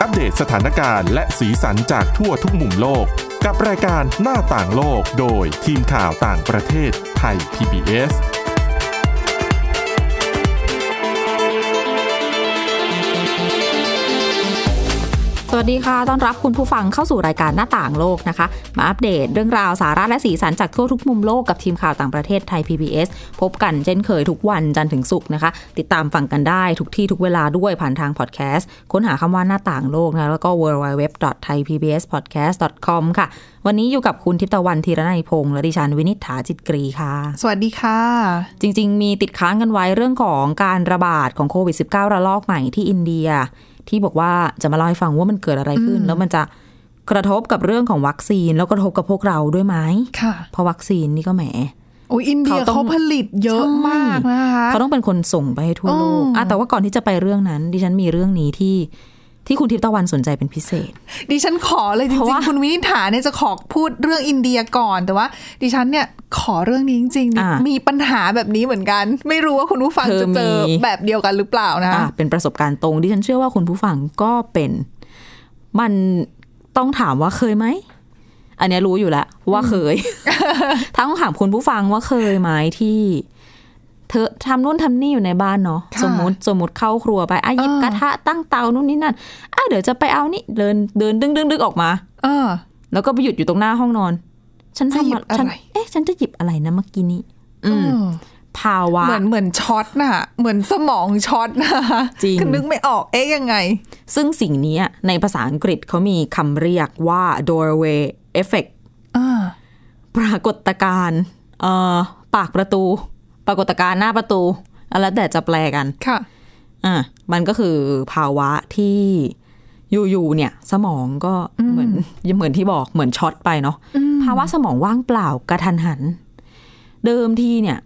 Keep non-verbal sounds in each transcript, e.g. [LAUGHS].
อัปเดตสถานการณ์และสีสันจากทั่วทุกมุมโลก กับรายการหน้าต่างโลกโดยทีมข่าวต่างประเทศไทย PBS สวัสดีค่ะ ต้อนรับคุณผู้ฟังเข้าสู่รายการหน้าต่างโลกนะคะ มาอัปเดตเรื่องราวสาระและสีสันจากทั่วทุกมุมโลกกับทีมข่าวต่างประเทศไทย PBS พบกันเช่นเคยทุกวันจันทร์ถึงศุกร์นะคะ ติดตามฟังกันได้ทุกที่ทุกเวลาด้วยผ่านทางพอดแคสต์ ค้นหาคำว่าหน้าต่างโลกนะแล้วก็ www.thaipbspodcast.com ค่ะ วันนี้อยู่กับคุณทิพย์ตะวันธีรนัยพงษ์และดิฉันวินิษฐาจิตกรีค่ะ สวัสดีค่ะ จริง ๆ มีติดค้างกันไว้เรื่องของการระบาดของโควิด -19 ระลอกใหม่ที่อินเดีย ที่บอกว่าจะมาเล่าให้ฟังว่ามันเกิดอะไรขึ้น แล้วมันจะกระทบกับเรื่องของวัคซีน แล้วกระทบกับพวกเราด้วยไหม ค่ะ เพราะวัคซีนนี่ก็แหม โอ้ยอินเดีย เขาต้อง เขาผลิตเยอะมากนะคะ เขาต้องเป็นคนส่งไปให้ทั่วโลก อืม อ่ะแต่ว่าก่อนที่จะไปเรื่องนั้น ดิฉันมีเรื่องนี้ที่ที่คุณทิพย์ตะวันสนใจเป็นพิเศษ ดิฉันขอเลยจ เพราะ ริง ว่า ๆ คุณวินิษฐาเนี่ยจะขอพูดเรื่องอินเดียก่อน แต่ว่า ดิฉันเนี่ยขอเรื่องนี้จริงๆดิ อ่ามี มีปัญหาแบบนี้เหมือนกัน ไม่รู้ว่าคุณผู้ฟัง เธอ จะเจอ มี แบบเดียวกันหรือเปล่านะ อ่ะเป็นประสบการณ์ตรงดิฉันเชื่อว่าคุณผู้ฟังก็เป็น มันต้องถามว่าเคยไหม อันเนี้ยรู้อยู่แล้วว่าเค [LAUGHS] ย ทั้งถามคุณผู้ฟังว่าเคยไหมที่ เธอทำนู่นทำนี่อยู่ในบ้านเนาะ ะ สมมติสมมติเข้าครัวไปอ่ะหยิบ เออ กระทะตั้งเตานู่นนี่นั่นอ่ะเดี๋ยวจะไปเอานี่เดินเดินดึงดึงดึงออกมา เออ แล้วก็ไปหยุดอยู่ตรงหน้าห้องนอน ฉัน จะหยิ ทำ บอะไร ฉันเอ๊ะ ฉันจะหยิบอะไรนะเมื่อกี้นี้อืม อืม ภาวะ เหมือนเหมือนช็อตน่ะ เหมือนสมองช็อตนะคะ จริง คือนึกไม่ออกเอ๊ะยังไง ซึ่งสิ่งเนี้ยในภาษาอังกฤษเขามีคำเรียกว่า doorway effect อ่า ปรากฏการณ์เอ่อปากประตู ปรากฏการณ์หน้าประตูอ่ะแล้วแต่จะแปลกัน ค่ะ อ่ะมันก็คือภาวะที่อยู่ๆเนี่ย สมองก็เหมือนเหมือนที่บอกเหมือนช็อตไปเนาะภาวะสมองว่างเปล่ากระทันหัน เดิมทีเนี่ย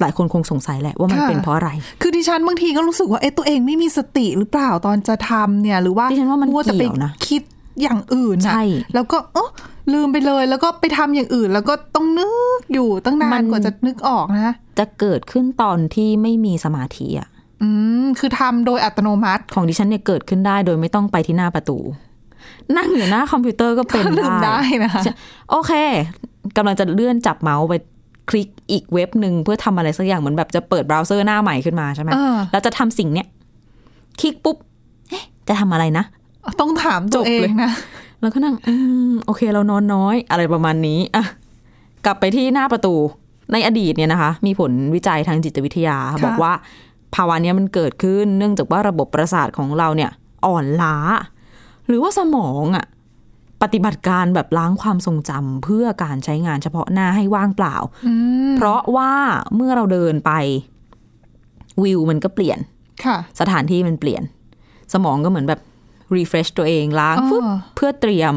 หลายคนคงสงสัยแหละว่ามัน ค่ะ เป็นเพราะอะไร คือดิฉันบางทีก็รู้สึกว่าเอ๊ะตัวเองไม่มีสติหรือเปล่าตอนจะทำเนี่ย หรือว่า ดิฉันว่ามัน แต่ไป เกี่ยวนะ คิดอย่างอื่นนะ ใช่ แล้วก็เออลืมไปเลยแล้วก็ไปทำอย่างอื่น แล้วก็ต้องนึกอยู่ตั้งนานกว่าจะนึกออกนะ จะเกิดขึ้นตอนที่ไม่มีสมาธิอะ อืมคือทำโดยอัตโนมัติ ของดิฉันเนี่ยเกิดขึ้นได้โดยไม่ต้องไปที่หน้าประตู นั่งอยู่หน้าคอมพิวเตอร์ก็เป็น ก็ลืมได้นะคะ ใช่โอเคกำลังจะเลื่อนจับเมาส์ไปคลิกอีกเว็บหนึ่งเพื่อทำอะไรสักอย่างเหมือนแบบจะเปิดเบราว์เซอร์หน้าใหม่ขึ้นมาใช่ไหม เออ แล้วจะทำสิ่งเนี้ยคลิกปุ๊บเอ๊ะจะทำอะไรนะ ต้องถามตัวเองนะ แล้วก็นั่งอืมโอเคเรานอนน้อยอะไรประมาณนี้อ่ะกลับไปที่หน้าประตูในอดีตเนี่ยนะคะ มีผลวิจัยทางจิตวิทยา บอกว่าภาวะเนี้ยมันเกิดขึ้นเนื่องจากว่าระบบประสาทของเราเนี่ย อ่อนล้า หรือว่าสมองอะปฏิบัติการแบบล้างความทรงจำเพื่อการใช้งานเฉพาะหน้าให้ว่างเปล่า อืม เพราะว่าเมื่อเราเดินไปวิวมันก็เปลี่ยน ค่ะ สถานที่มันเปลี่ยน สมองก็เหมือนแบบ refresh ตัวเองล้างฟึบ อ่า เพื่อเตรียม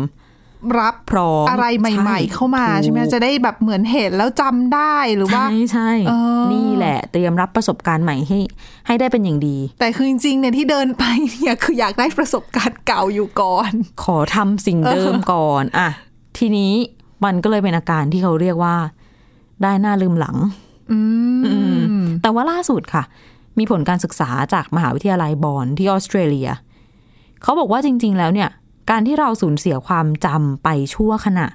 รับ พร้อม อะไรใหม่ ๆ เข้ามาใช่ไหม ถูก จะได้แบบเหมือนเห็นแล้วจำได้หรือว่า ใช่ใช่ เออ นี่แหละ เตรียมรับประสบการณ์ใหม่ให้ ให้ได้เป็นอย่างดี แต่คือจริงๆเนี่ยที่เดินไปเนี่ยคืออยากได้ประสบการณ์เก่าอยู่ก่อน ขอทำสิ่งเดิมก่อนอ่ะทีนี้มันก็เลยเป็นอาการที่เขาเรียกว่า ได้หน้าลืมหลัง อืม แต่ว่าล่าสุดค่ะ มีผลการศึกษาจากมหาวิทยาลัยบอนที่ออสเตรเลีย เขาบอกว่าจริง ๆ แล้วเนี่ย การที่เราสูญเสียความจำไปชั่วขณะ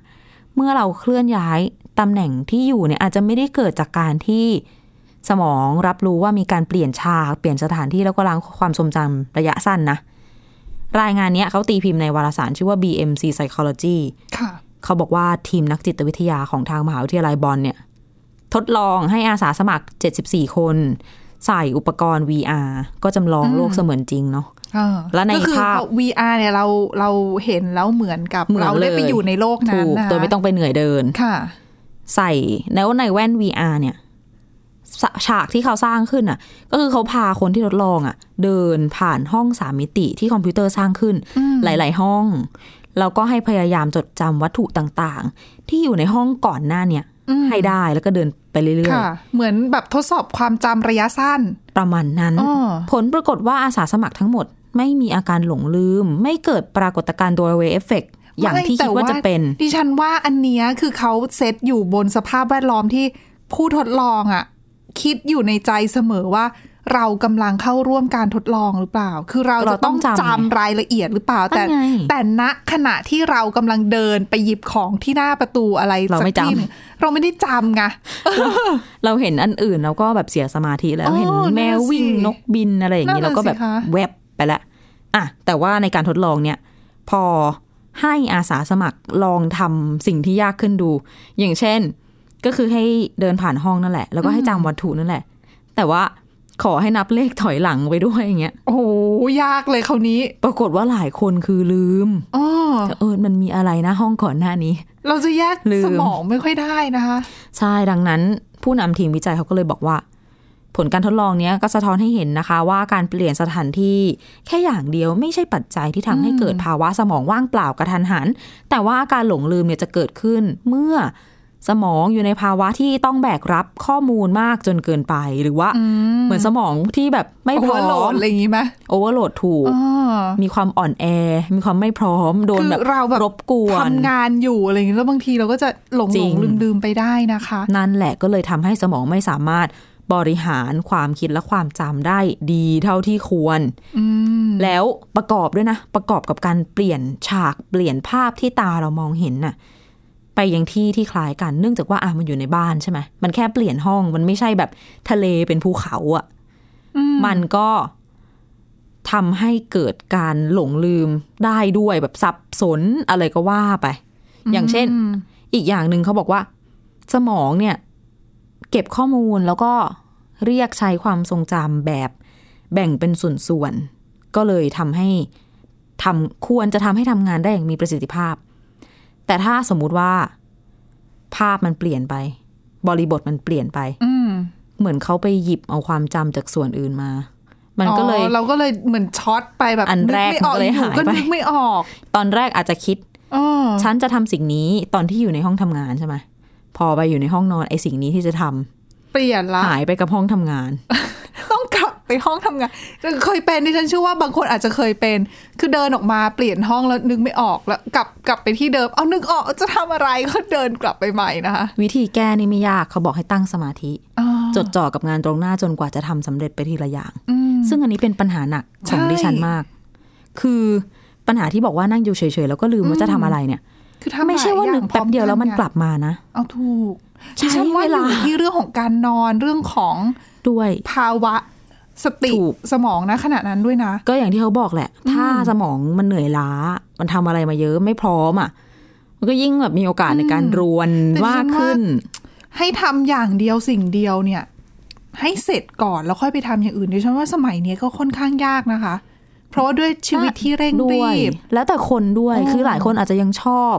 เมื่อเราเคลื่อนย้ายตำแหน่งที่อยู่เนี่ยอาจจะไม่ได้เกิดจากการที่สมองรับรู้ว่ามีการเปลี่ยนฉาก เปลี่ยนสถานที่แล้วก็ล้างความทรงจำระยะสั้นนะ รายงานเนี้ยเขาตีพิมพ์ในวารสารชื่อว่า BMC Psychology ค่ะ เขาบอกว่าทีมนักจิตวิทยาของทางมหาวิทยาลัยบอนเนี่ย ทดลองให้อาสาสมัคร 74 คน ใส่อุปกรณ์ VR ก็จำลองโลกเสมือนจริงเนาะ และใน ก็คือ ภาพ พอ VR เนี่ยเราเราเห็นแล้วเหมือนกับ เหมือน เรา เล ได้ ย ไปอยู่ในโลกนั้น ถูก นะ โดยไม่ต้องไปเหนื่อยเดิน ค่ะ ใส่แล้วในแว่น VR เนี่ยฉฉากที่เขาสร้างขึ้นน่ะ ก็คือเขาพาคนที่ทดลองอ่ะ เดินผ่านห้องสามมิติที่คอมพิวเตอร์สร้างขึ้น หลาย ๆ ห้อง แล้วก็ให้พยายามจดจำวัตถุต่างๆ ที่อยู่ในห้องก่อนหน้าเนี่ย ให้ได้แล้วก็เดินไปเรื่อย ค่ะ ๆ เหมือนแบบทดสอบความจำระยะสั้น ประมาณนั้น อ้อ ผลปรากฏว่าอาสาสมัครทั้งหมด ไม่มีอาการหลงลืม ไม่เกิดปรากฏการณ์ doorway effect อย่าง ไม่ ที่คิ แต่ ดว่าจะเป็น ดิฉันว่าอันเนี้ยคือเขาเซตอยู่บนสภาพแวดล้อมที่ผู้ทดลองอ่ะ คิดอยู่ในใจเสมอว่า เรากำลังเข้าร่วมการทดลองหรือเปล่า คือเรา เรา จะต้อง ต้องจำ จำรายละเอียดหรือเปล่า [LAUGHS] แต่ นั่นไง แต่ณขณะที่เรากำลังเดินไปหยิบของที่หน้าประตูอะไร เรา สัก ไม่จำ ที่หนึ่งเราไม่ได้จำไง เราเห็นอันอื่นเราก็แบบเสียสมาธิแล้ว โอ้ เห็นแมววิ่ง นั่นนน่ะสิกบินอะไรอย่างนี้ นั่ เรา นก็น่ะแบบ สิคะ แวบไปละอ่ะแต่ว่าในการทดลองเนี่ย พอให้อาสาสมัครลองทำสิ่งที่ยากขึ้นดู อย่างเช่น ก็คือให้เดินผ่านห้องนั่นแหละ แล้วก็ให้จำวัตถุนั่นแหละ แต่ว่าขอให้นับเลขถอยหลังไปด้วยอย่างเงี้ย โอ้โหยากเลยคราวนี้ ปรากฏว่าหลายคนคือลืม อ๋อ เออมันมีอะไรนะห้องก่อนหน้านี้ เราจะแยก ลืม สมองไม่ค่อยได้นะคะ ใช่ ดังนั้นผู้นำทีมวิจัยเขาก็เลยบอกว่า ผลการทดลองเนี้ยก็สะท้อนให้เห็นนะคะ ว่าการเปลี่ยนสถานที่แค่อย่างเดียวไม่ใช่ปัจจัยที่ทำให้เกิดภาวะสมองว่างเปล่ากระทันหัน แต่ว่าอาการหลงลืมเนี่ยจะเกิดขึ้นเมื่อสมองอยู่ในภาวะที่ต้องแบกรับข้อมูลมากจนเกินไป หรือว่าเหมือนสมองที่แบบไม่พ โอ้ ร้อ โหโหล ม ดอะไรอย่างงี้ไหม โอเวอร์โหลดถูก อ๋อ มีความอ่อนแอ มีความไม่พร้อมโดน คือ แบบ เราแบบ รบกวน ทำงานอยู่อะไรอย่างเงี้ยแล้วบางทีเราก็จะหลง จริ หล ง งลืมลืมๆไปได้นะคะ นั่นแหละก็เลยทำให้สมองไม่สามารถบริหารความคิดและความจำได้ดีเท่าที่ควร อืม แล้วประกอบด้วยนะ ประกอบกับการเปลี่ยนฉากเปลี่ยนภาพที่ตาเรามองเห็นน่ะ ไปยังที่ที่คล้ายกันเนื่องจากว่าอ่ะมันอยู่ในบ้านใช่ไหมมันแค่เปลี่ยนห้องมันไม่ใช่แบบทะเลเป็นภูเขาอะ่ะ อืม มันก็ทำให้เกิดการหลงลืมได้ด้วยแบบสับสนอะไรก็ว่าไป อย่างเช่น อีกอย่างหนึ่งเขาบอกว่า สมองเนี่ย เก็บข้อมูลแล้วก็เรียกใช้ความทรงจำแบบแบ่งเป็นส่วนๆ ก็เลยทำให้ทำควรจะทำให้ทำงานได้อย่างมีประสิทธิภาพ แต่ถ้าสมมุติว่า ภาพมันเปลี่ยนไป บริบทมันเปลี่ยนไป อืม เหมือนเขาไปหยิบเอาความจำจากส่วนอื่นมา มันก็เลย อ๋อเราก็เลยเหมือนช็อตไปแบบ อันแรก กไม่ออก มันก็เลย อยู่ หาย ก็ ไป นึกไม่ออก ตอนแรกอาจจะคิด อ๋อ ฉันจะทำสิ่งนี้ตอนที่อยู่ในห้องทำงานใช่ไหมพอไปอยู่ในห้องนอนไอ้สิ่งนี้ที่จะทำ เปลี่ยนละ หายไปกับห้องทำงาน ต้องกลับไปห้องทำงานเคยเป็นดิฉันเชื่อว่าบางคนอาจจะเคยเป็น คือเดินออกมาเปลี่ยนห้องแล้วนึกไม่ออกแล้วกลับกลับไปที่เดิมเอานึกออกจะทำอะไรก็เดินกลับไปใหม่นะคะ วิธีแก้นี่ไม่ยากเขาบอกให้ตั้งสมาธิ อ๋อ จดจ่อกับงานตรงหน้าจนกว่าจะทำสำเร็จไปทีละอย่าง อืม ซึ่งอันนี้เป็นปัญหาหนักของ ใช่ ดิฉันมาก คือปัญหาที่บอกว่านั่งอยู่เฉยๆ แล้วก็ลืมว่าจะทำอะไรเนี่ย คือทำ ไม่ใช่ว่า หหลยอย่ นึ่งแป๊บ พร้อ เดียวแล้วมันกกัไง ลับมานะ เอาถูก ใช้ ดิฉันว่าอ เวลา ยู่ที่เรื่องของการนอนเรื่องของ ด้วย ภาวะสติ ถูก สมองนะขณะนั้นด้วยนะ ก็อย่างที่เขาบอกแหละ ถ้าสมองมันเหนื่อยล้า มันทำอะไรมาเยอะไม่พร้อมอ่ะ มันก็ยิ่งแบบมีโอกาสในการรวน แต่ดิฉันว่า มากขึ้น ให้ทำอย่างเดียวสิ่งเดียวเนี่ย ให้เสร็จก่อนแล้วค่อยไปทำอย่างอื่นดิฉันว่าสมัยเนี้ยก็ค่อนข้างยากนะคะ เพราะว่าด้วยชีวิตที่เร่งรี ด้วย บ แล้วแต่คนด้วย อืม คือหลายคนอาจจะยังชอบ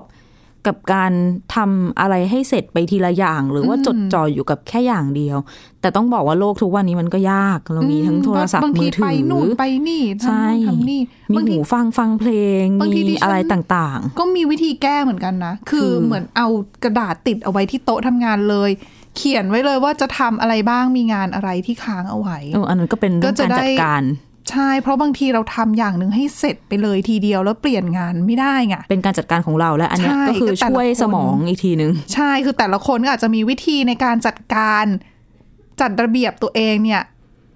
กับการทำอะไรให้เสร็จไปทีละอย่าง หรือว่า อืม จดจ่ออยู่กับแค่อย่างเดียว แต่ต้องบอกว่าโลกทุกวันนี้มันก็ยากเรามีทั้งโทรศัพท์ บาง มื ที อถื ไป อ นู่นไปนี่ทำ ใช่ นู่นทำนี่ มี บาง หู ที ฟังฟังเพลง บางที มี ดิฉัน อะไรต่าง ก็มีวิธีแก้เหมือนกันนะ คืคืออ เหมือนเอากระดาษติดเอาไว้ที่โต๊ะทำงานเลย เขียนไว้เลยว่าจะทำอะไรบ้างมีงานอะไรที่ค้างเอาไว้ ๆเอออันนั้นก็เป็นเรื่อง ก็จะ การจัด ได้ การ ใช่ เพราะบางทีเราทำอย่างหนึ่งให้เสร็จไปเลยทีเดียวแล้วเปลี่ยนงานไม่ได้ไง เป็นการจัดการของเราและอันเนี้ย ใช่ ก็คือ ก็แต่ละ ช่วย คน สมองอีกทีนึง ใช่คือแต่ละคนก็อาจจะมีวิธีในการจัดการจัดระเบียบตัวเองเนี่ย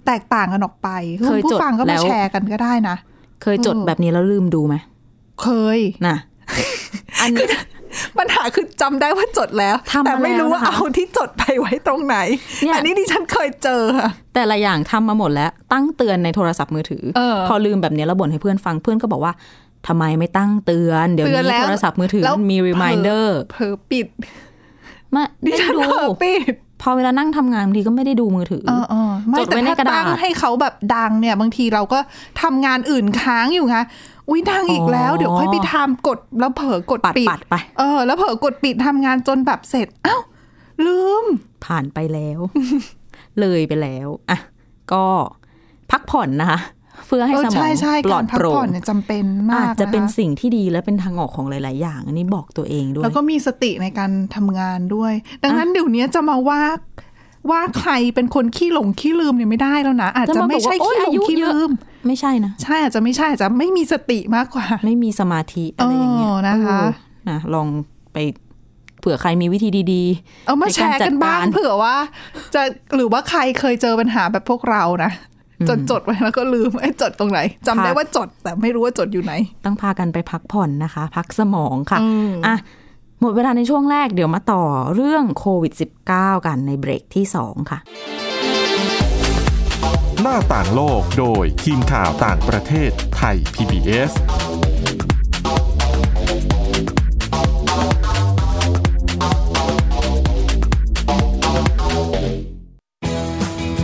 แตกต่างกันออกไป เคย ณผู้ จด ฟังก็ แล้ มาว แชร์กันก็ได้นะ เคยจด เออ แบบนี้แล้วลืมดูไหม เคย น่ะ อันนี้ ปัญหาคือจำได้ว่าจดแล้ว ทำมา แต่ไม่รู้ว่า แล้วนะคะ เอาที่จดไปไว้ตรงไหน เนี่ย อันนี้ดิฉันเคยเจอค่ะ แต่ละอย่างทำมาหมดแล้ว ตั้งเตือนในโทรศัพท์มือถือ เออ พอลืมแบบเนี้ยแล้วบ่นให้เพื่อนฟังเพื่อนก็บอกว่าทำไมไม่ตั้งเตือน เดี๋ยว เตือนแล้ นี้ ว โทรศัพท์มือถือ แล้ว มันมี reminder เผลอปิด มา ดิ ได้ ฉัน ดู เผลอปิด พอเวลานั่งทำงานบางทีก็ไม่ได้ดูมือถือ เออเออไม่ จดไว้ แต่ ใน ถ้าก ระดาษ ตั้งให้เขาแบบดังเนี่ย บางทีเราก็ทำงานอื่นค้างอยู่ไงอุ้ยดังอีกแล้วเดี๋ยวค่อยไปทำกดแล้วเผลอกด ปัด ปิด ปัดไป เออแล้วเผลอกดปิดทำงานจนแบบเสร็จ เอ้า ลืม ผ่านไปแล้ว [LAUGHS] เลยไปแล้วอ่ะก็พักผ่อนนะคะ เพื่อให้ เออ สมอ ใช่ ง ใช่ ปล กา อด รพัก โปร่ ผ่อน ง เนี่ยจำเป็นมาก อาจจะเป็น ค สิ่งที่ดีและเป็นทางออกของหลาย ๆ อย่าง อันนี้บอกตัวเองด้วย แล้วก็มีสติในการทำงานด้วย ดังนั้นเดี๋ยวนี้จะมาว่าว่าใครเป็นคนขี้หลงขี้ลืมเนี่ยไม่ได้แล้วนะอาจ จะ จะ มา ไม่ใช่ บอกว่า ขี้หล โอ๊ยอาง ยุ ขี้ เยอะ ลืม ไม่ใช่นะ ใช่อาจจะไม่ใช่อาจจะไม่มีสติมากกว่า ไม่มีสมาธิอะไรอย่างเงี้ย เออนะคะ เออนะลองไปเผื่อใครมีวิธีดี เอามาแชร์กันบ้าง ในการจัดการ เผื่อว่า จะหรือว่าใครเคยเจอปัญหาแบบพวกเรานะ จนจดไว้แล้วก็ลืมไอ้จดตรงไหนจำได้ ค่ะ ว่าจดแต่ไม่รู้ว่าจดอยู่ไหน ต้องพากันไปพักผ่อนนะคะ พักสมองค่ะอ่ะ หมดเวลาในช่วงแรกเดี๋ยวมาต่อเรื่องโควิด -19 กันในเบรกที่ 2 ค่ะ หน้าต่างโลกโดยทีมข่าวต่างประเทศไทย PBS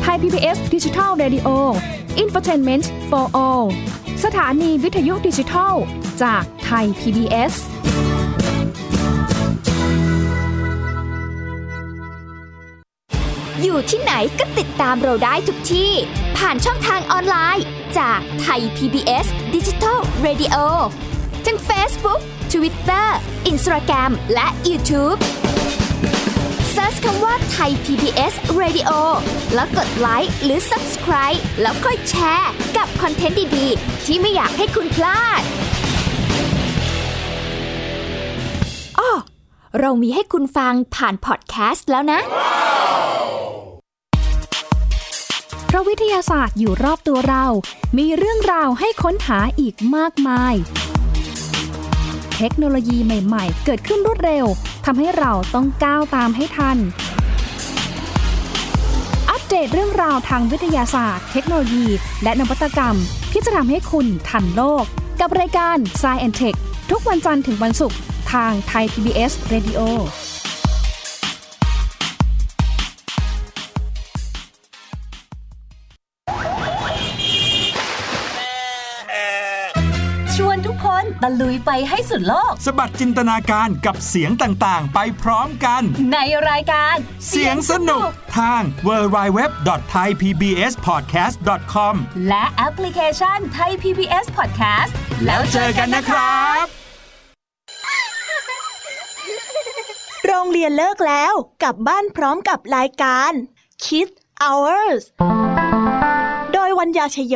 ไทย PBS Digital Radio Infotainment for All สถานีวิทยุดิจิทัล จากไทย PBS อยู่ที่ไหนก็ติดตามเราได้ทุกที่ ผ่านช่องทางออนไลน์ จากไทย PBS Digital Radio ทั้ง Facebook Twitter Instagram และ YouTube Search คำว่าไทย PBS Radio แล้วกดไลค์หรือ Subscribe แล้วค่อยแชร์กับคอนเทนต์ดี ๆ ที่ไม่อยากให้คุณพลาดอ้อเรามีให้คุณฟังผ่านพอดแคสต์แล้วนะ เพราะวิทยาศาสตร์อยู่รอบตัวเรา มีเรื่องราวให้ค้นหาอีกมากมาย เทคโนโลยีใหม่ๆ เกิดขึ้นรวดเร็ว ทำให้เราต้องก้าวตามให้ทัน อัปเดตเรื่องราวทางวิทยาศาสตร์ เทคโนโลยี และนวัตกรรม ที่จะทำให้คุณทันโลก กับรายการ s c i e n t e c h ทุกวันจันทร์ถึงวันศุกร์ทางไทย PBS Radio ชวนทุกคนตะลุยไปให้สุดโลก สะบัดจินตนาการกับเสียงต่างๆ ไปพร้อมกัน ในรายการ เสียงสนุกทาง w w w t h a i p b s p o d c a s t c o m และแอปพลิเคชันไทย PBS Podcast แล้วเจอกันนะครับ โรงเรียนเลิกแล้วกลับบ้านพร้อมกับรายการ Kids Hours โดยวัญญาชยโย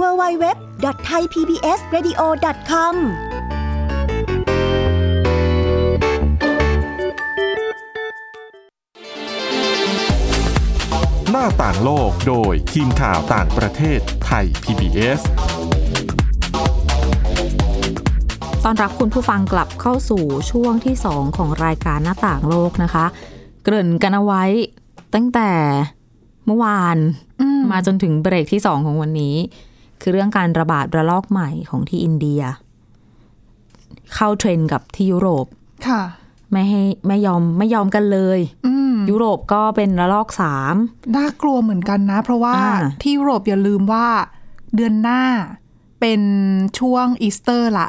www.thaipbsradio.com หน้าต่างโลกโดยทีมข่าวต่างประเทศไทย PBS ตอนรับคุณผู้ฟังกลับเข้าสู่ช่วงที่ 2 ของรายการหน้าต่างโลกนะคะ เกริ่นกันเอาไว้ตั้งแต่เมื่อวานมาจนถึงเบรกที่ 2 ของวันนี้ คือเรื่องการระบาดระลอกใหม่ของที่อินเดีย เข้าเทรนด์กับที่ยุโรป ค่ะ ไม่ให้ไม่ยอมไม่ยอมกันเลย อืม ยุโรปก็เป็นระลอกสาม น่ากลัวเหมือนกันนะ เพราะว่า อ่า ที่ยุโรปอย่าลืมว่า เดือนหน้าเป็นช่วงอีสเตอร์ละ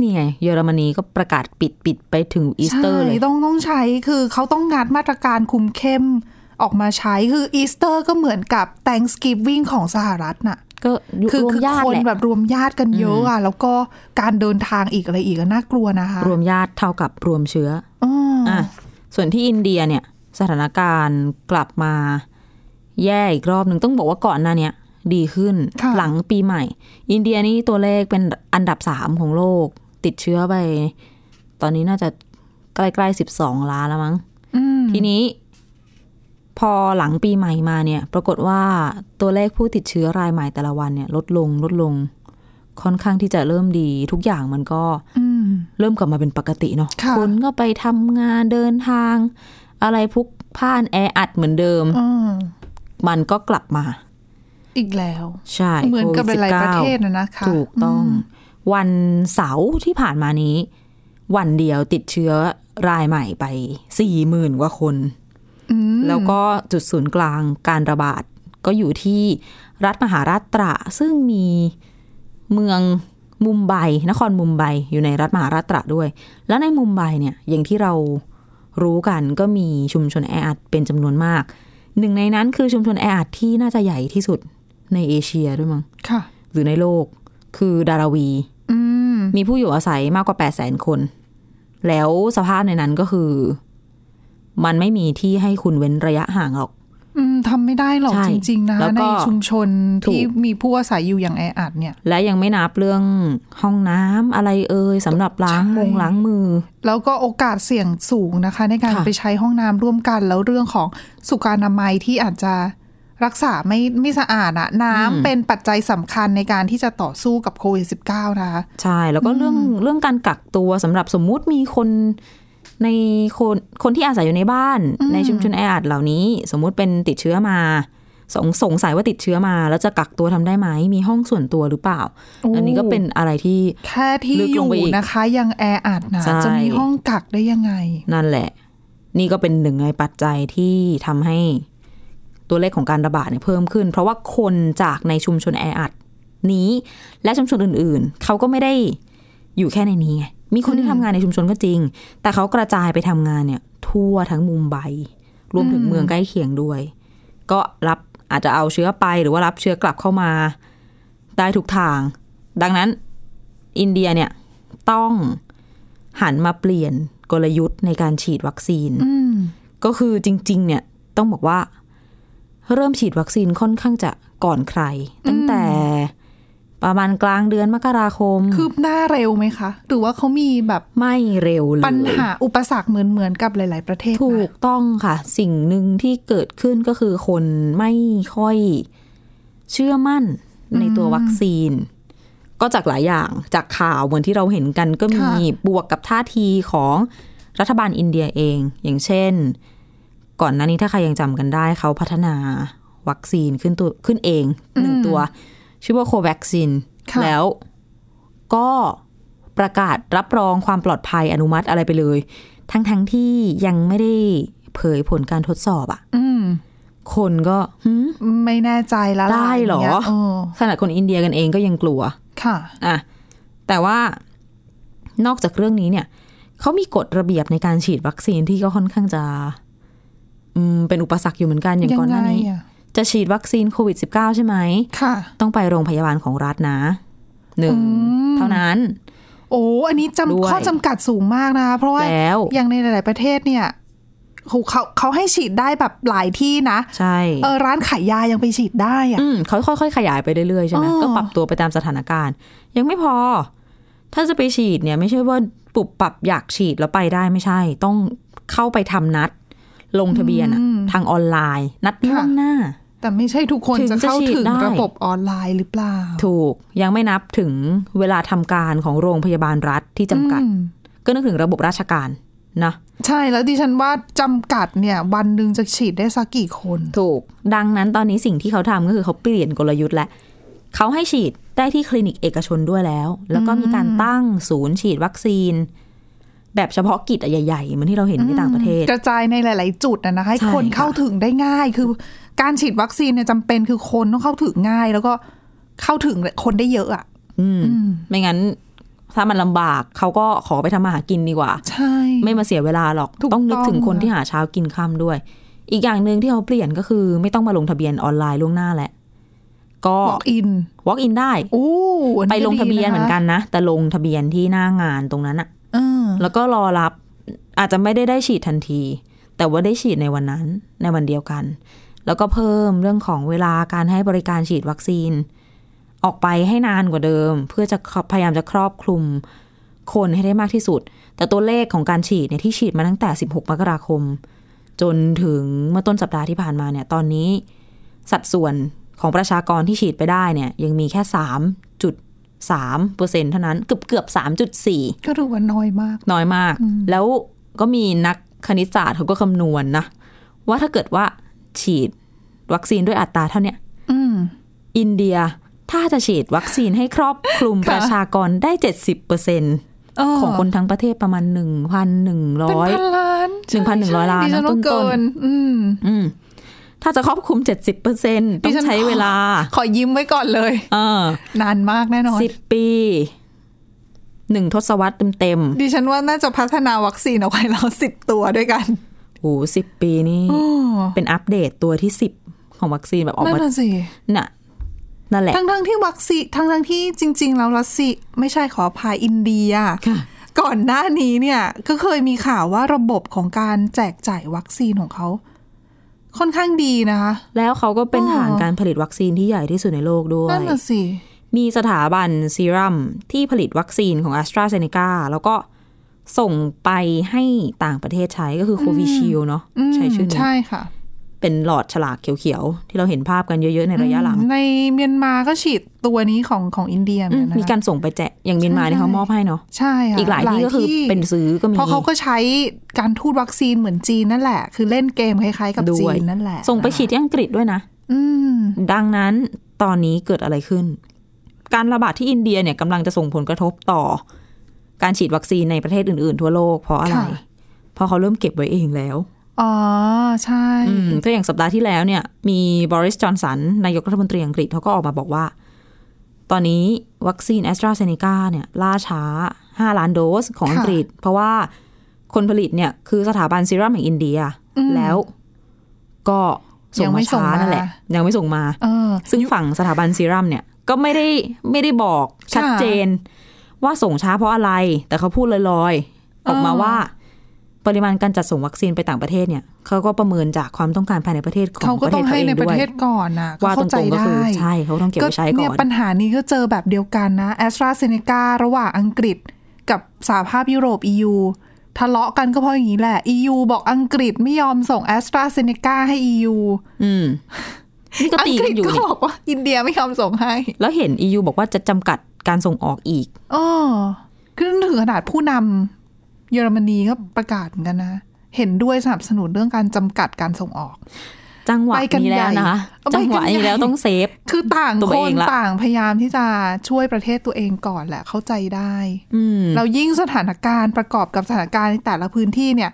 นี่ไงเยอรมนีก็ประกาศปิดปิดไปถึงอีสเตอร์เลย ใช่ต้องต้องใช้คือเขาต้องงัดมาตรการคุมเข้มออกมาใช้คืออีสเตอร์ก็เหมือนกับ Thanksgiving ของสหรัฐน่ะ ก็ยุ คือ รวม คือ ญาติ คน แหละ แบบรวมญาติกันเยอะอะแล้วก็การเดินทางอีกอะไรอีกอะน่ากลัวนะคะ รวมญาติเท่ากับรวมเชื้อ อ้ออ อ่ะส่วนที่อินเดียเนี่ยสถานการณ์กลับมาแย่อีกรอบหนึ่งต้องบอกว่าก่อนหน้าเนี้ยดีขึ้น ค่ะ หลังปีใหม่ อินเดียนี่ตัวเลขเป็นอันดับสามของโลก ติดเชื้อไป ตอนนี้น่าจะใกล้ๆสิบสองล้านแล้วมั้ง อืม ทีนี้ พอหลังปีใหม่มาเนี่ย ปรากฏว่าตัวเลขผู้ติดเชื้อรายใหม่แต่ละวันเนี่ย ลดลงลดลง ค่อนข้างที่จะเริ่มดี ทุกอย่างมันก็ อืม เริ่มกลับมาเป็นปกติเนาะ ค่ะ นก็ไปทำงานเดินทาง อะไรพลุกพล่านแออัดเหมือนเดิม อืม มันก็กลับมา อีกแล้ว ใช่ เหมือนกับ โควิด หลายๆ 19 ประเทศนะนะคะ ถูกต้อง วันเสาร์ที่ผ่านมานี้ วันเดียวติดเชื้อรายใหม่ไปสี่หมื่นกว่าคน อืม แล้วก็จุดศูนย์กลางการระบาดก็อยู่ที่รัฐมหาราชตระซึ่งมีเมือง มุมไบนครมุมไบอยู่ในรัฐมหาราชตระด้วย แล้วในมุมไบเนี่ยอย่างที่เรารู้กันก็มีชุมชนแออัดเป็นจำนวนมาก หนึ่งในนั้นคือชุมชนแออัดที่น่าจะใหญ่ที่สุดในเอเชียด้วยมั้ง ค่ะ หรือในโลกคือดาราวี อืม มีผู้อยู่อาศัยมากกว่า 8 0 0 0 0 0 คน แล้วสภาพในนั้นก็คือ มันไม่มีที่ให้คุณเว้นระยะห่างหรอก อืมทำไม่ได้หรอก ใช่ จริง ๆ นะ แล้วก็ ในชุมชน ถูก ที่มีผู้อาศัยอยู่อย่างแออัดเนี่ย และยังไม่นับเรื่องห้องน้ำอะไรเอ่ยสำหรับล้าง ใช่ มงล้างมือ แล้วก็โอกาสเสี่ยงสูงนะคะ ในการ ค่ะ ไปใช้ห้องน้ำร่วมกัน แล้วเรื่องของสุขอนามัยที่อาจจะรักษาไม่ไม่สะอาดอะน้ำเป็นปัจจัยสำคัญในการที่จะต่อสู้กับโควิด -19 นะคะ ใช่ แล้วก็เรื่องเรื่องการกักตัวสำหรับสมมุติมีคนในคนคนที่อาศัยอยู่ในบ้าน ในชุมชนแออัดเหล่านี้ สมมุติเป็นติดเชื้อมาสงสงสัยว่าติดเชื้อมา แล้วจะกักตัวทำได้ไหมมีห้องส่วนตัวหรือเปล่า โอ้ อันนี้ก็เป็นอะไรที่ แค่ที่ ลึก อ ลง ยู่ ไปอีก นะคะ ยังแออัดนะ ใช่ จะมีห้องกักได้ยังไง นั่นแหละ นี่ก็เป็นหนึ่งในปัจจัยที่ทำให้ตัวเลขของการระบาดเนี่ยเพิ่มขึ้น เพราะว่าคนจากในชุมชนแออัดนี้และชุมชนอื่นๆ เขาก็ไม่ได้อยู่แค่ในนี้ไง มีคนที่ทำงานในชุมชนก็จริง แต่เขากระจายไปทำงานเนี่ย ทั่วทั้งมุมไบรวมถึงเมืองใกล้เคียงด้วย ก็รับอาจจะเอาเชื้อไปหรือว่ารับเชื้อกลับเข้ามาได้ทุกทาง ดังนั้นอินเดียเนี่ยต้อง หันมาเปลี่ยนกลยุทธ์ในการฉีดวัคซีน อืม ก็คือจริง ๆ เนี่ยต้องบอกว่า เริ่มฉีดวัคซีนค่อนข้างจะก่อนใคร ตั้งแต่ประมาณกลางเดือนมกราคม คืบหน้าเร็วไหมคะ หรือว่าเขามีแบบ ไม่เร็วเลย ปัญหาอุปสรรคเหมือนเหมือนๆกับหลาย ๆ ประเทศนะ ถูกต้องค่ะ สิ่งหนึ่งที่เกิดขึ้นก็คือคนไม่ค่อยเชื่อมั่นในตัววัคซีน ก็จากหลายอย่างจากข่าวเหมือนที่เราเห็นกันก็มี ค่ะ บวกกับท่าทีของรัฐบาลอินเดียเอง อย่างเช่น ก่อนหน้านี้ถ้าใครยังจำกันได้ เขาพัฒนาวัคซีนขึ้นตัวขึ้นเองหนึ่งตัว ชื่อว่าโควัคซิน ค่ะ แล้วก็ประกาศรับรองความปลอดภัยอนุมัติอะไรไปเลย ทั้งทั้งๆที่ยังไม่ได้เผยผลการทดสอบอะ อืม คนก็หึ ไม่แน่ใจแล้วล่ะ ได้เหรอ ย่างเงี้ยเออ ขนาดคนอินเดียกันเองก็ยังกลัว ค่ะ อ่ะแต่ว่านอกจากเรื่องนี้เนี่ยเขามีกฎระเบียบในการฉีดวัคซีนที่ก็ค่อนข้างจะอืมเป็นอุปสรรคอยู่เหมือนกันอย่างก่อนหน้านี้ ยังไงอะ จะฉีดวัคซีนโควิด -19 ใช่ไหม ค่ะ ต้องไปโรงพยาบาลของรัฐนะหนึ่งเท่านั้น โอ้อันนี้ ด้ว จำ ย ข้อจำกัดสูงมากนะคะเพราะว่า แล้ว อย่างในหลาย ๆ ประเทศเนี่ยเขาเขาเขาให้ฉีดได้แบบหลายที่นะ ใช่ เออร้านขายยายังไปฉีดได้อะ อืมเขาค่อยๆ ขยายไปเรื่อยๆ ใช่ไหม อ๋อ ก็ปรับตัวไปตามสถานการณ์ ยังไม่พอ ถ้าจะไปฉีดเนี่ยไม่ใช่ว่าปุบปรับอยากฉีดแล้วไปได้ไม่ใช่ ต้องเข้าไปทำนัด ลงทะเบียนอะทางออนไลน์ นัดล่วงหน้า แต่ไม่ใช่ทุกคน ถึง จะเข้า จะฉีด ถึง ได้ ระบบออนไลน์หรือเปล่า ถูกยังไม่นับถึงเวลาทำการของโรงพยาบาลรัฐที่จำกัด อืม ก็นึกถึงระบบราชการนะ ใช่แล้วดิฉันว่าจำกัดเนี่ย วันหนึ่งจะฉีดได้สักกี่คน ถูก ดังนั้นตอนนี้สิ่งที่เขาทำก็คือเขาเปลี่ยนกลยุทธ์และเขาให้ฉีดได้ที่คลินิกเอกชนด้วยแล้ว แล้วก็มีการตั้งศูนย์ฉีดวัคซีน แบบเฉพาะกิจอะใหญ่ๆเหมือนที่เราเห็นในต่างประเทศ กระจายในหลาย ๆ จุดนะนะคะให้ ใช่ คนเข้า ค่ะ ถึงได้ง่าย คือการฉีดวัคซีนเนี่ยจำเป็นคือคนต้องเข้าถึงง่าย แล้วก็เข้าถึงคนได้เยอะอ่ะ อืมไม่งั้นถ้ามันลำบากเขาก็ขอไปทำมาหากินดีกว่า ใช่ ไม่มาเสียเวลาหรอก ถูก ต้องนึกถึง ต้อง คน ค่ะ ที่หาเช้ากินค่ำด้วย อีกอย่างหนึ่งที่เขาเปลี่ยนก็คือ ไม่ต้องมาลงทะเบียนออนไลน์ล่วงหน้าแหละ ก็ บอกอิน walk in ได้ โอ้อัน ไป นี้ ลงทะเบียน ดีค เหมือนกันนะ แต่ลงทะเบียนที่หน้างานตรงนั้นอะ เออ แล้วก็รอรับอาจจะไม่ได้ได้ฉีดทันที แต่ว่าได้ฉีดในวันนั้นในวันเดียวกัน แล้วก็เพิ่มเรื่องของเวลาการให้บริการฉีดวัคซีน ออกไปให้นานกว่าเดิม เพื่อจะครอบพยายามจะครอบคลุมคนให้ได้มากที่สุด แต่ตัวเลขของการฉีดเนี่ยที่ฉีดมาตั้งแต่ 16 มกราคม จนถึงเมื่อต้นสัปดาห์ที่ผ่านมาเนี่ยตอนนี้ สัดส่วนของประชากรที่ฉีดไปได้เนี่ยยังมีแค่ 3.3เปอร์เซ็นเท่านั้นเกือบเกือบ3.4 ก็ถือว่าน้อยมาก น้อยมาก แล้วก็มีนักคณิตศาสตร์เขาก็คำนวณนะ ว่าถ้าเกิดว่าฉีดวัคซีนด้วยอัตราเท่าเนี้ย อืม อินเดียถ้าจะฉีดวัคซีนให้ครอบคลุม ค่ะ ประชากรได้ 70เปอร์เซ็น เ ของคนทั้งประเทศประมาณ 1,100 เป็นพันล้าน หนึ่งพันหนึ่งร้อยล้าน ดิฉัน นะ ว่า ต้ เกิ น น อืม อืมถ้าจะครอบคลุม 70เปอร์เซ็นต้องใช้เวลา ขอยิ้มไว้ก่อนเลย เออน านมากแน่นอน สิบปี หนึ่งทศวรรษเต็มๆ ดิฉันว่าน่าจะพัฒนาวัคซีนเอาไว้แล้วสิบตัวด้วยกัน โอ้สิบปีนี่ อ๋อ เป็นอัปเดตตัวที่สิบของวัคซีนแบบออก นั่น มา น่ะสิ น่ะนั่นแหละ ทั้งทั้งๆที่วัคซีนทั้งทั้งๆที่จริง ๆ แล้วรัสเซียไม่ใช่ขออภายอินเดีย ค่ะ ก่อนหน้านี้เนี่ยก็เคยมีข่าวว่าระบบของการแจกจ่ายวัคซีนของเขา ค่อนข้างดีนะคะ แล้วเขาก็เป็น อ๋อ ฐานการผลิตวัคซีนที่ใหญ่ที่สุดในโลกด้วย นั่นน่ะสิ มีสถาบันซีรัมที่ผลิตวัคซีนของ a s t r a z เซ e c a แล้วก็ส่งไปให้ต่างประเทศใช้ก็คือโควิชิลเนาะ อืม ใช้ชื่อนี้ ใช่ค่ะ เป็นหลอดฉลากเขียวๆ ที่เราเห็นภาพกันเยอะๆ ในระยะหลัง อืมในเมียนมาก็ฉีดตัวนี้ของของอินเดียเหมือนกันนะคะ มีการส่งไปแจกอย่างเมียนมา ใช่ เนี่ยเขามอบให้เนาะ ใช่ค่ะ อีกหลายที่ก็คือเป็นซื้อก็มี เพราะเขาก็ใช้การทูตวัคซีนเหมือนจีนนั่นแหละ คือเล่นเกมคล้ายๆกับ ด้ จี วย นนั่นแหละ ส่งไปฉีดที่อังกฤษด้วยนะ อืม ดังนั้นตอนนี้เกิดอะไรขึ้น การระบาดที่อินเดียเนี่ยกำลังจะส่งผลกระทบต่อ การฉีดวัคซีนในประเทศอื่นๆ ทั่วโลกเพราะอะไร ค่ะ เพราะเขาเริ่มเก็บไว้เองแล้ว อ๋อใช่ อืมถ้าอย่างสัปดาห์ที่แล้วเนี่ย มีบริสจอนสันนายกรัฐมนตรีอังกฤษเขาก็ออกมาบอกว่า ตอนนี้วัคซีนแอสตราเซเนกาเนี่ย ล่าช้า 5 ล้านโดสของอังกฤษ เพราะว่าคนผลิตเนี่ยคือสถาบันซีรัมแห่งอินเดีย อืม แล้ว ก็ส่ง ยังไม่ มา ส่ง ช้า มานั่ นั่นแหละ ยังไม่ส่งมา เออ ซึ่งฝั่งสถาบันซีรัมเนี่ยก็ไม่ได้ไม่ได้บอกชัดเจน ว่าส่งช้าเพราะอะไร แต่เขาพูดลอยๆ ออกมา อ่า ว่า ปริมาณการจัดส่งวัคซีนไปต่างประเทศเนี่ยเขาก็ประเมินจากความต้องการภายในประเทศของ เขา ป ก็ ระ ต้ เทศอง เขา ให้ เอ ใน ง ป ด้ว ระ ย เทศก่อนนะ ว่าตร เข้าง ใจ ๆก็ ได้ คือใช่เขาต้องเก็บไว้ใช้ก่ เนี่ อย น ปัญหานี้ก็เจอแบบเดียวกันนะแอสตราเซเนการะหว่างอังกฤษกับสหภาพยุโรป EU ทะเลาะกันก็เพราะอย่างนี้แหละ EU บอกอังกฤษไม่ยอมส่งแอสตราเซเนกาให้ EU อืมนี่ก็ อั ตี ก กั ฤษ นอยู่ ก็ นี่ บอกว่าอินเดียไม่ยอมส่งให้ แล้วเห็น EU บอกว่าจะจำกัดการส่งออกอีก อ๋อคือถึงขนาดผู้นำเยอรมนีก็ประกาศเหมือนกันนะ เห็นด้วยสนับสนุนเรื่องการจำกัดการส่งออก จังหวะ ไปกัน นี้แล้วนะคะ ใหญ่ จังหวะนี้แล้ว ไปกันใหญ่ ต้องเซฟ คือต่าง ตัว ค เอน งละ ต่างพยายามที่จะช่วยประเทศตัวเองก่อนแหละเข้าใจได้ อืม เรายิ่งสถานการณ์ประกอบกับสถานการณ์ในแต่ละพื้นที่เนี่ย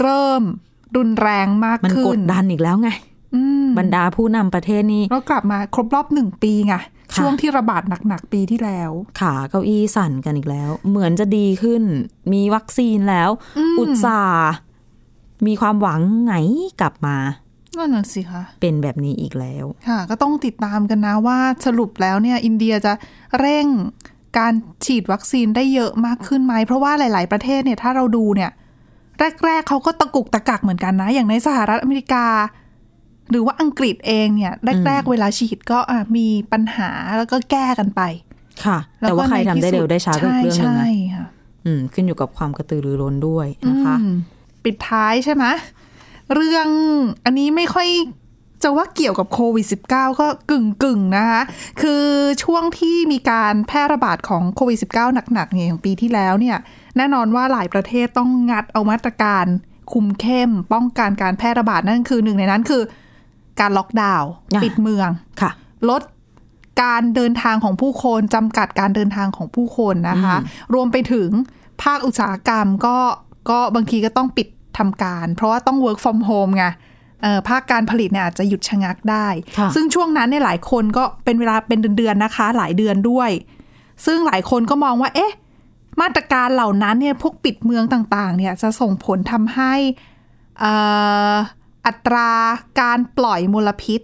เริ่มรุนแรงมาก มัน ขึ้น กดดันอีกแล้วไง อืม บรรดาผู้นำประเทศนี่ แล้วกลับมาครบรอบหนึ่งปีไง ค่ะ ช่วงที่ระบาดหนักๆปีที่แล้ว ขาเก้าอี้สั่นกันอีกแล้ว เหมือนจะดีขึ้น มีวัคซีนแล้ว อืม อุตส่าห์มีความหวังไงกลับมา นั่นน่ะสิคะ เป็นแบบนี้อีกแล้ว ค่ะ ก็ต้องติดตามกันนะว่าสรุปแล้วเนี่ย อินเดียจะเร่งการฉีดวัคซีนได้เยอะมากขึ้นไหมเพราะว่าหลาย ๆ ประเทศเนี่ยถ้าเราดูเนี่ย แรก ๆเขาก็ตะกุกตะกักเหมือนกันนะ อย่างในสหรัฐอเมริกา หรือว่าอังกฤษเองเนี่ย แรก ๆ เวลาฉีดก็อ่ะมีปัญหาแล้วก็แก้กันไป ค่ะ ล้ แต่ว่าใครทำได้เร็วได้ช้าก็อีกเรื่องหนึง ใช่ นะ ใช่ค่ะ อืมขึ้นอยู่กับความกระตือรือร้นด้วยนะคะ อืมปิดท้ายใช่ไหมเรื่องอันนี้ไม่ค่อยจะว่าเกี่ยวกับโควิด -19 ก็กึ่งกึ่งๆนะคะ คือช่วงที่มีการแพร่ระบาดของโควิด -19 หนักๆเนี่ยอย่างปีที่แล้วเนี่ย แน่นอนว่าหลายประเทศต้องงัดเอามาตรการคุมเข้ม ป้องกันการแพร่ระบาดนั่นคือหนึ่งในนั้นคือ การล็อกดาวน์ อ่ะ ปิดเมือง ค่ะ ลดการเดินทางของผู้คนจำกัดการเดินทางของผู้คนนะคะ รวมไปถึงภาคอุตสาหกรรมก็ก็บางทีก็ต้องปิดทำการ เพราะว่าต้อง work from home ไงเอ่อภาคการผลิตเนี่ยอาจจะหยุดชะงักได้ ค่ะ ซึ่งช่วงนั้นเนี่ยหลายคนก็เป็นเวลาเป็นเดือนๆนะคะ หลายเดือนด้วย ซึ่งหลายคนก็มองว่า เอ๊ะ มาตรการเหล่านั้นเนี่ยพวกปิดเมืองต่างๆ เนี่ยจะส่งผลทำให้เอ่ออัตราการปล่อยมลพิษ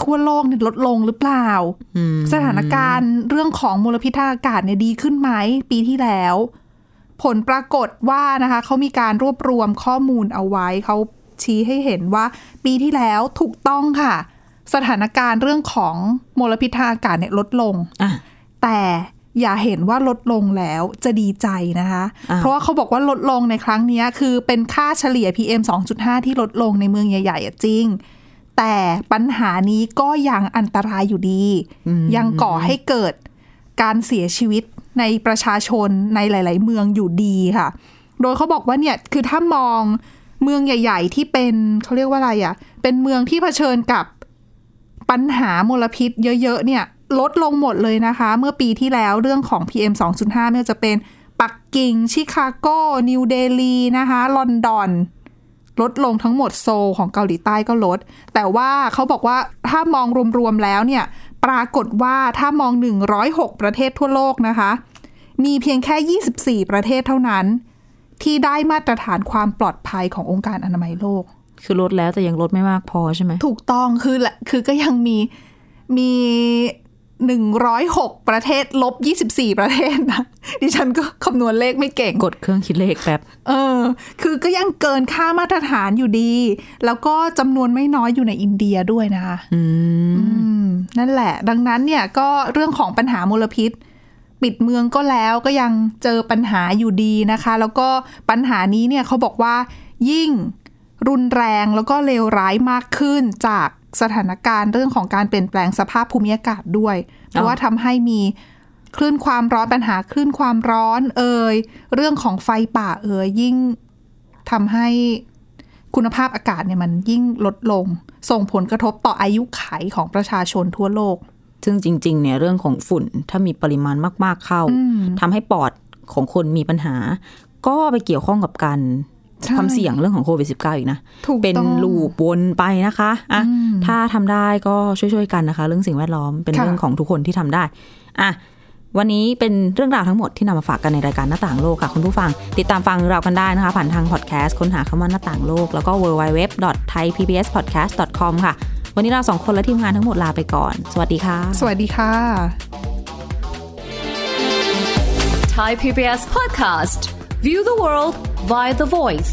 ทั่วโลกเนี่ยลดลงหรือเปล่า อืม สถานการณ์เรื่องของมลพิษทางอากาศเนี่ยดีขึ้นไหมปีที่แล้ว ผลปรากฏว่านะคะเขามีการรวบรวมข้อมูลเอาไว้เขาชี้ให้เห็นว่า ปีที่แล้วถูกต้องค่ะ สถานการณ์เรื่องของมลพิษทางอากาศเนี่ยลดลง อ่ะ แต่อย่าเห็นว่าลดลงแล้วจะดีใจนะคะ อ่า เพราะว่าเขาบอกว่าลดลงในครั้งเนี้ยคือเป็นค่าเฉลี่ย PM 2.5 ที่ลดลงในเมืองใหญ่ๆอะจริง แต่ปัญหานี้ก็ยังอันตรายอยู่ดี ยังก่อให้เกิดการเสียชีวิตในประชาชนในหลาย ๆ เมืองอยู่ดีค่ะ โดยเขาบอกว่าเนี่ยคือถ้ามองเมืองใหญ่ ๆ ที่เป็นเขาเรียกว่าอะไรอะ่ะ เป็นเมืองที่เผชิญกับ ปัญหามลพิษเยอะๆเนี่ยลดลงหมดเลยนะคะ เมื่อปีที่แล้วเรื่องของ PM 2.5ไม่ว่าจะเป็นปักกิ่ง ชิคาโก นิวเดลีนะคะ ลอนดอน ลดลงทั้งหมดโซลของเกาหลีใต้ก็ลด แต่ว่าเขาบอกว่าถ้ามองรวมๆแล้วเนี่ย ปรากฏว่าถ้ามอง 106 ประเทศทั่วโลกนะคะ มีเพียงแค่ 24 ประเทศเท่านั้น ที่ได้มาตรฐานความปลอดภัยขององค์การอนามัยโลก คือลดแล้วแต่ยังลดไม่มากพอใช่ไหม ถูกต้องคือละคือก็ยังมีมีหนึ่งร้อยหกประเทศลบยี่สิบสี่ประเทศนะ [LAUGHS] ดิฉันก็คำนวณเลขไม่เก่ง กดเครื่องคิดเลขแป๊บ เออ คือก็ยังเกินค่ามาตรฐานอยู่ดี แล้วก็จำนวนไม่น้อยอยู่ในอินเดียด้วยนะคะ อืม อืม นั่นแหละ ดังนั้นเนี่ยก็เรื่องของปัญหามลพิษ ปิดเมืองก็แล้วก็ยังเจอปัญหาอยู่ดีนะคะ แล้วก็ปัญหานี้เนี่ยเขาบอกว่า ยิ่งรุนแรงแล้วก็เลวร้ายมากขึ้นจากสถานการณ์เรื่องของการเปลี่ยนแปลงสภาพภูมิอากาศด้วย เพราะว่าทำให้มีคลื่นความร้อนปัญหาคลื่นความร้อนเอ่ยเรื่องของไฟป่าเอ่ยยิ่งทำให้คุณภาพอากาศเนี่ยมันยิ่งลดลง ส่งผลกระทบต่ออายุขัยของประชาชนทั่วโลก ซึ่งจริง ๆ เนี่ยเรื่องของฝุ่นถ้ามีปริมาณมาก ๆ เข้าทำให้ปอดของคนมีปัญหา ก็ไปเกี่ยวข้องกับการ ใช่ ความเสี่ยงเรื่องของโควิด -19 อีกนะ ถูกต้อง เป็นลูปวนไปนะคะอ่ะถ้าทำได้ก็ช่วย ๆ กันนะคะ เรื่องสิ่งแวดล้อมเป็นเรื่องของทุกคนที่ทำได้อ่ะวันนี้เป็นเรื่องราวทั้งหมดที่นำมาฝากกันในรายการหน้าต่างโลกค่ะคุณผู้ฟัง ติดตามฟังเรากันได้นะคะ ผ่านทางพอดแคสต์ค้นหาคำว่าหน้าต่างโลกแล้วก็ www.thaipbspodcast.com ค่ะ วันนี้เราสองคนและทีมงานทั้งหมดลาไปก่อน สวัสดีค่ะ สวัสดีค่ะ Thai PBS podcast. View the world via the voice.